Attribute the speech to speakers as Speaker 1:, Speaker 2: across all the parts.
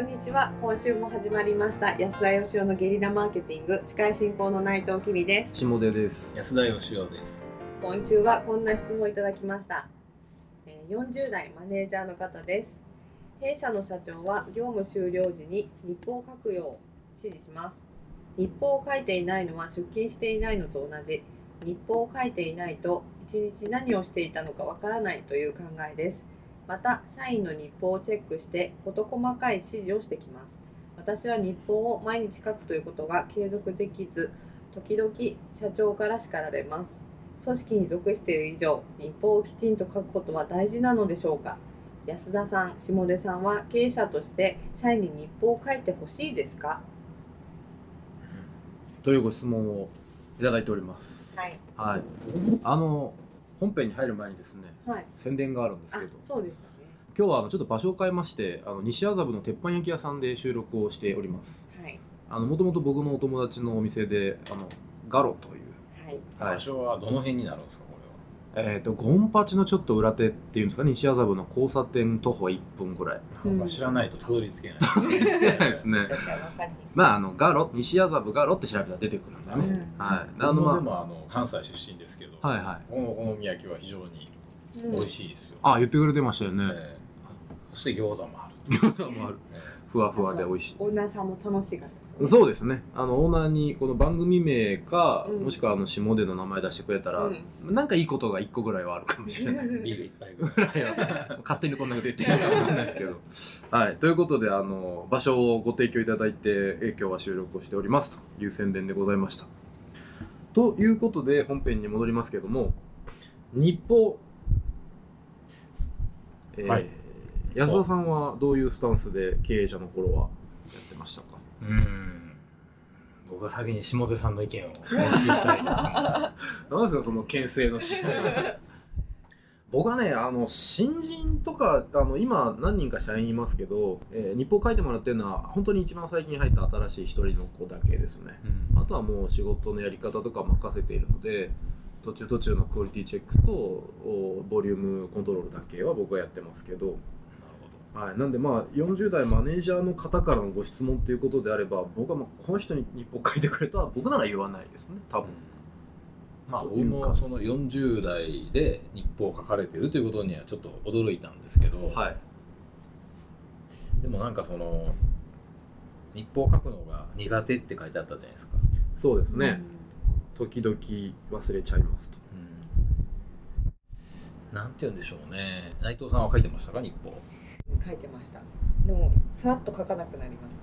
Speaker 1: んにちは。今週も始まりました。安田義生のゲリラマーケティング司会進行の内藤きみです。
Speaker 2: 下出です。
Speaker 3: 安田義雄です。
Speaker 1: 今週はこんな質問をいただきました。えー40代マネージャーの方です。弊社の社長は業務終了時に日報を書くよう指示します。日報を書いていないのは出勤していないのと同じ。日報を書いていないと一日何をしていたのかわからないという考えです。また社員の日報をチェックして事細かい指示をしてきます。私は日報を毎日書くということが継続できず、時々社長から叱られます。組織に属している以上日報をきちんと書くことは大事なのでしょうか安田さん下出さんは経営者として社員に日報を書いてほしいですか
Speaker 2: というご質問をいただいております。
Speaker 1: はい
Speaker 2: はい。あの本編に入る前にですね、
Speaker 1: はい
Speaker 2: 宣伝があるんです
Speaker 1: あ
Speaker 2: けど、
Speaker 1: そうでしたね
Speaker 2: 今日はあのちょっと場所を変えまして、あの西麻布の鉄板焼き屋さんで収録をしております。
Speaker 1: はい
Speaker 2: あの元々僕のお友達のお店で、あのガロという、
Speaker 1: はい
Speaker 2: は
Speaker 3: 場
Speaker 2: い、
Speaker 3: 所はどの辺になるんですか、こ
Speaker 2: えっ、とゴンパチのちょっと裏手っていうんですかね、西麻布の交差点徒歩1分ぐらい。
Speaker 3: れは。
Speaker 1: うん
Speaker 3: なんか知らないとたどり着け ない。
Speaker 2: ですね。
Speaker 1: 確かに分かりに
Speaker 2: まああのガロ西麻布ガロって調べたら出てくるんだね。
Speaker 1: うん
Speaker 2: はい。あ
Speaker 3: 僕
Speaker 2: の
Speaker 3: もで
Speaker 2: ま
Speaker 3: もあの関西出身ですけど、
Speaker 2: あ、はいはい。
Speaker 3: このお好み焼きは非常に
Speaker 1: くい、
Speaker 3: 美
Speaker 1: うん
Speaker 3: 味、しいですよ。
Speaker 2: あ言ってくれてましたよね。
Speaker 3: ええそして 餃子もある。
Speaker 2: 餃子もある
Speaker 3: え
Speaker 2: ふわふわで美味し
Speaker 1: オーナーさんも楽しいか
Speaker 2: いそうですねあのオーナーにこの番組名か、
Speaker 1: うん
Speaker 2: もしくはあの下での名前出してくれたら、
Speaker 1: うん
Speaker 2: なんかいいことが一個ぐらいはあるかも しれない
Speaker 3: えビール一杯ぐらい。
Speaker 2: ぐらいは勝手にこんなこと言ってるかもしれないですけどはいということであの場所をご提供いただいてえ今日は収録をしておりますという宣伝でございましたということで本編に戻りますけども日報、えー
Speaker 3: はい
Speaker 2: 安田さんはどういうスタンスで経営者の頃はやってましたか
Speaker 3: うん。僕は先に下手さんの意見をお聞きしたいです、
Speaker 2: なんですかその牽制の試合 僕はねあの新人とかあの今何人か社員いますけど、えー日報書いてもらってるのは本当に一番最近入った新しい一人の子だけですねあとはもう仕事のやり方とか任せているので途中途中のクオリティチェックとおボリュームコントロールだけは僕はやってますけど、はい、なんでまあ40代マネージャーの方からのご質問ということであれば僕はまあこの人に日報書いてくれとは僕なら言わないですね多
Speaker 3: 多分
Speaker 2: 分。
Speaker 3: まあ、
Speaker 2: と
Speaker 3: 僕
Speaker 2: いうか
Speaker 3: もその40代で日報を書かれてるということにはちょっと驚いたんですけど、
Speaker 2: はい
Speaker 3: でもなんかその日報を書くのが苦手って書いてあったじゃないですか、
Speaker 2: そうです
Speaker 1: です
Speaker 2: ね、時々忘れちゃいますと
Speaker 3: なんて言うんでしょうね内藤さんは書いてましたか日報、
Speaker 1: うん書いてましたでもさらっと書かなくなりますね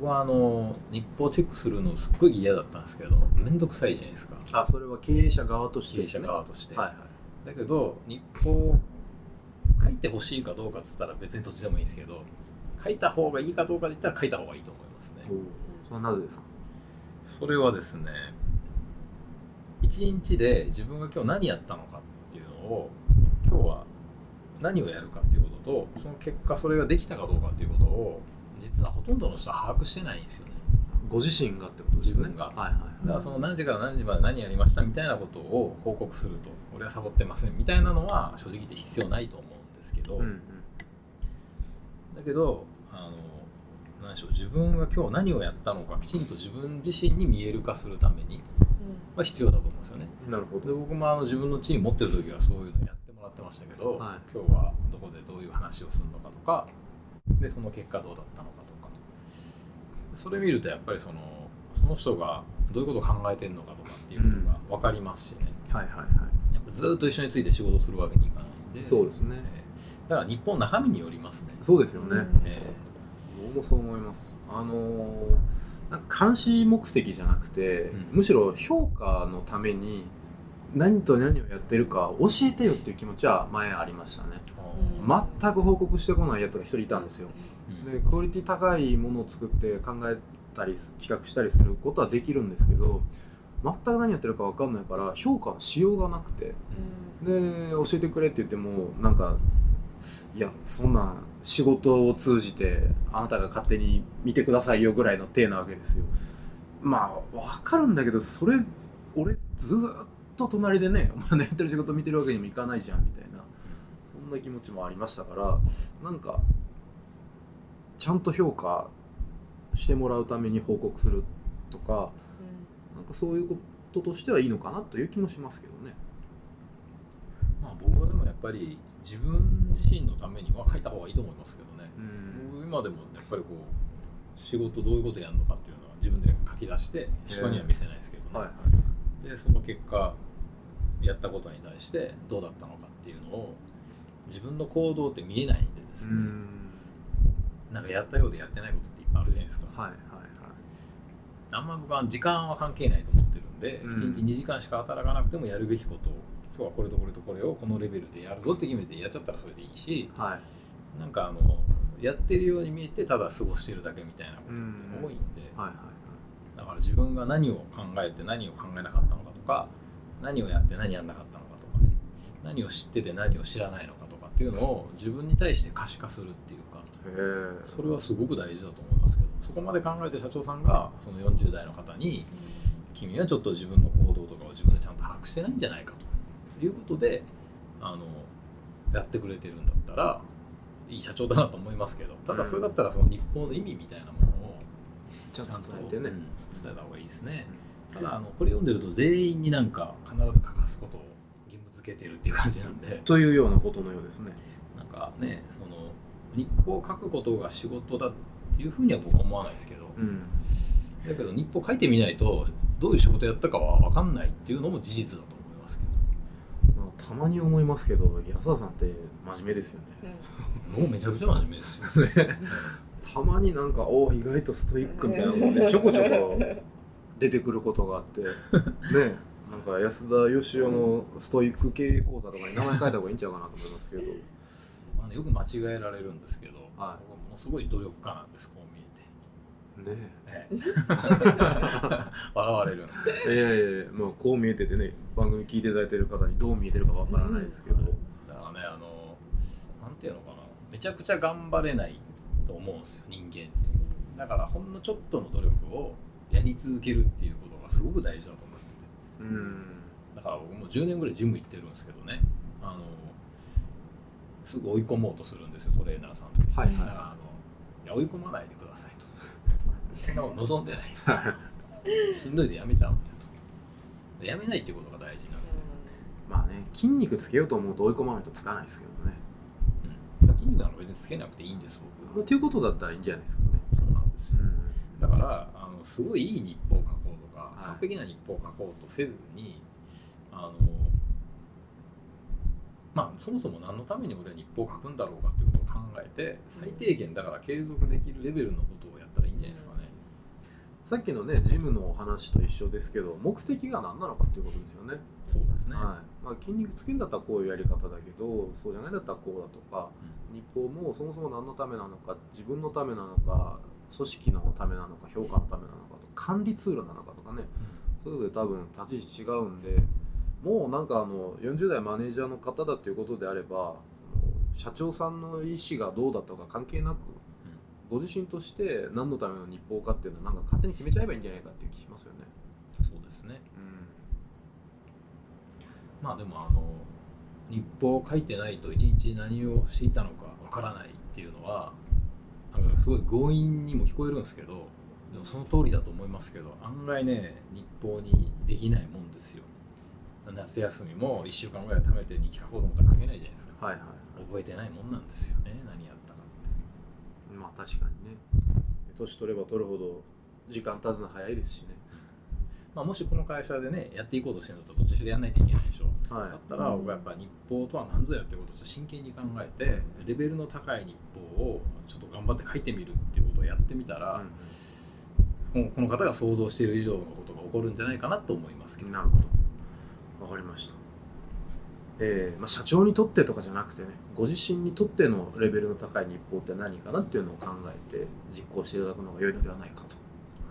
Speaker 3: 僕はあの日報チェックするのすっごい嫌だったんですけど面倒くさいじゃないですか
Speaker 2: あそれは経営者側として
Speaker 3: 経営者側として、
Speaker 2: はいはい
Speaker 3: だけど日報を書いてほしいかどうかっつったら別にどっちでもいいんですけど書いた方がいいかどうかで言ったら書いた方がいいと思いますね
Speaker 2: それはなぜですか
Speaker 3: それはですね一日で自分が今日何やったのかっていうのを今日は何をやるかっていうこととその結果それができたかどうかっていうことを実はほとんどの人は把握してないんですよね
Speaker 2: ご自身がってことですよね
Speaker 3: 自分が
Speaker 2: はいはいはい
Speaker 3: だからその何時から何時まで何やりましたみたいなことを報告すると俺はサボってませんみたいなのは正直言って必要ないと思うんですけど、
Speaker 2: うんうん
Speaker 3: だけどあの何でしょう自分が今日何をやったのかきちんと自分自身に見える化するためには必要だと思うんですよね
Speaker 2: なるほ
Speaker 3: で
Speaker 2: ど
Speaker 3: 僕もあの自分のチーム持ってる時はそういうのやってもらってましたけど、
Speaker 2: はい
Speaker 3: 今日はどこでどういう話をするのかとかでその結果どうだったのかとかそれ見るとやっぱりそのその人がどういうことを考えてるのかとかっていうのが分かりますしね、
Speaker 2: はいはいは
Speaker 3: やっぱずっと一緒について仕事するわけにいかないんで
Speaker 2: いそうですね
Speaker 3: えーだから日本の中身によりますね、
Speaker 2: そうですよ
Speaker 1: う
Speaker 2: ね
Speaker 1: ん
Speaker 3: え
Speaker 2: 僕もそう思いますあのーなんか監視目的じゃなくて、
Speaker 3: うん
Speaker 2: むしろ評価のために何と何をやってるか教えてよっていう気持ちは前ありましたね
Speaker 1: うん
Speaker 2: 全く報告してこないやつが一人いたんですよ
Speaker 3: うん
Speaker 2: でクオリティ高いものを作って考えたり企画したりすることはできるんですけど全く何やってるか分かんないから評価のしようがなくてで教えてくれって言ってもなんかいやそんな仕事を通じてあなたが勝手に見てくださいよぐらいの体なわけですよまあ分かるんだけどそれ俺ずーっと隣でねお前のやってる仕事見てるわけにもいかないじゃんみたいなそんな気持ちもありましたからなんかちゃんと評価してもらうために報告するとかなんかそういうこととしてはいいのかなという気もしますけどね。
Speaker 3: まあ、僕はでもやっぱり自分自身のためには書いた方がいいと思いますけどね僕今でもやっぱりこう仕事どういうことやるのかっていうのは自分で書き出して人には見せないですけどね、
Speaker 2: はいはい
Speaker 3: でその結果やったことに対してどうだったのかっていうのを自分の行動って見えないんでですね、なんかやったようでやってないことっていっぱいあるじゃないですか、
Speaker 2: はいはいはい
Speaker 3: あんま僕は時間は関係ないと思ってるんで、
Speaker 2: うん
Speaker 3: 1日2時間しか働かなくてもやるべきことを今日はこれとこれとこれをこのレベルでやるぞって決めてやっちゃったらそれでいいし
Speaker 2: はい
Speaker 3: なんかあのやってるように見えてただ過ごしてるだけみたいなことって多いんで、
Speaker 2: はいはい
Speaker 3: だから自分が何を考えて何を考えなかったのかとか何をやって何やんなかったのかとかね何を知ってて何を知らないのかとかっていうのを自分に対して可視化するっていうか
Speaker 2: へえ
Speaker 3: それはすごく大事だと思いますけどそこまで考えて社長さんがその40代の方に君はちょっと自分の行動とかを自分でちゃんと把握してないんじゃないかということであのやってくれてるんだったらいい社長だなと思いますけどただそれだったらその日本の意味みたいなものを
Speaker 2: ちゃんと
Speaker 3: ちゃん
Speaker 2: 伝
Speaker 3: と
Speaker 2: えてね
Speaker 3: うん伝えた方がいいですね、ただあのこれ読んでると全員になんか必ず欠かすことを義務付けてるっていう感じなんで
Speaker 2: というようなことのようですね。
Speaker 3: なんかねその日報を書くことが仕事だっていうふうには僕は思わないですけど
Speaker 2: うん
Speaker 3: だけど日報書いてみないとどういう仕事やったかは分かんないっていうのも事実だと思いますけ
Speaker 2: まあ、たまに思いますけど安田さんって真面目ですよね。
Speaker 3: どもうめちゃくちゃ真面目ですよ
Speaker 2: たまになんかおお意外とストイックみたいなの がねちょこちょこ出てくることがあってねなんか安田義雄のストイック経営講座とかに名前書いた方がいいんちゃうかなと思いますけど。
Speaker 3: あのよく間違えられるんですけど、僕
Speaker 2: は
Speaker 3: はいものすごい努力家なんですこう見
Speaker 2: ね
Speaker 3: え て、ええ笑われるんですけど
Speaker 2: えいやいやいやまあこう見えててね番組聞いていただいてる方にどう見えてるかわからないですけど、
Speaker 3: だからねあのなんていうのかなめちゃくちゃ頑張れないと思うんですよ人間ってだからほんのちょっとの努力をやり続けるっていうことがすごく大事だと思って
Speaker 2: う
Speaker 3: て
Speaker 2: ん
Speaker 3: だから僕も10年ぐらいジム行ってるんですけどねあのすぐ追い込もうとするんですよトレーナーさんとか
Speaker 2: はい
Speaker 3: だから
Speaker 2: は
Speaker 3: あのいや追い込まないでくださいとそんなもん望んでないです
Speaker 2: いはい
Speaker 3: しんどいでやめちゃうんだとでやめないっていうことが大事なんで
Speaker 2: まあね筋肉つけようと思うと追い込まないとつかないですけどね
Speaker 3: うん、筋肉なんか別につけなくていいんです
Speaker 2: まあ
Speaker 3: 僕
Speaker 2: ということだったらいいんじゃないですかね、
Speaker 3: そうなんですよ
Speaker 2: うん
Speaker 3: だからあのすごいいい日報を書こうとか、
Speaker 2: い
Speaker 3: 完璧な日報を書こうとせずにあのまあそもそも何のために俺は日報を書くんだろうかってことを考えて最低限だから継続できるレベルのことをやったらいいんじゃないですかね。
Speaker 2: さっきのねジムのお話と一緒ですけど目的が何なのかっていうことですよね
Speaker 3: そうですね、
Speaker 2: はいまあ、筋肉つけるんだったらこういうやり方だけどそうじゃないんだったらこうだとか日報もそもそも何のためなのか自分のためなのか組織のためなのか評価のためなのかと管理ツールなのかとかねそれぞれ多分立ち位置違うんでもうなんかあの40代マネージャーの方だということであればその社長さんの意思がどうだとか関係なく、ご自身として何のための日報かっていうのはなんか勝手に決めちゃえばいいんじゃないかっていう気しますよね。
Speaker 3: そうですねまあでもあの日報を書いてないと一日何をしていたのかわからないっていうのはなんかすごい強引にも聞こえるんですけどでもその通りだと思いますけど案外ね日報にできないもんですよ夏休みも1週間ぐらい貯めて日記書こうと思ったら書けないじゃないですか
Speaker 2: はいはい
Speaker 3: 覚えてないもんなんですよね何やったかっ
Speaker 2: まあ確かにね年取れば取るほど時間経つの早いですしね。
Speaker 3: て、まあ、もしこの会社でねやっていこうとしてるんだったらどっちでやんないといけないでしょ
Speaker 2: はい
Speaker 3: だったら僕はやっぱ日報とは何ぞやってことをちょっと真剣に考えてレベルの高い日報をちょっと頑張って書いてみるっていうことをやってみたら、このこの方が想像している以上のことが起こるんじゃないかなと思いますけど、
Speaker 2: なるほど。わかりました。えーまあ、社長にとってとかじゃなくてね、ご自身にとってのレベルの高い日報って何かなっていうのを考えて実行していただくのが良いのではないか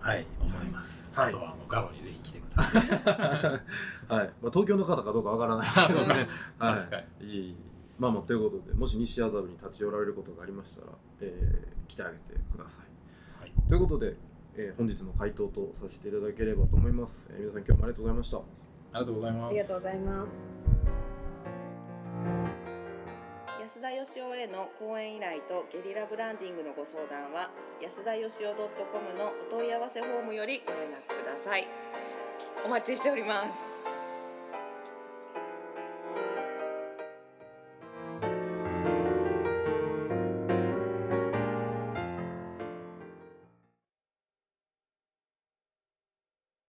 Speaker 3: はい思います、
Speaker 2: はい
Speaker 3: あとはあのガロにぜひ来てください
Speaker 2: と。はい。まあ、東京の方かどうかわから ないですけど
Speaker 1: そう
Speaker 2: ね
Speaker 1: ね。
Speaker 2: はい、
Speaker 3: 確かに
Speaker 2: いえいえまあまあということでもし西麻布に立ち寄られることがありましたら、えー来てあげてください、
Speaker 3: はい
Speaker 2: ということで、えー本日の回答とさせていただければと思います、えー皆さん今日もありがとうございました
Speaker 3: ありがとうござい
Speaker 1: あ
Speaker 3: ます
Speaker 1: りがとうございます。安安田義雄への講演依頼とゲリラブランディングのご相談は安田義雄 .com のお問い合わせフォームよりご連絡くださいお待ちしております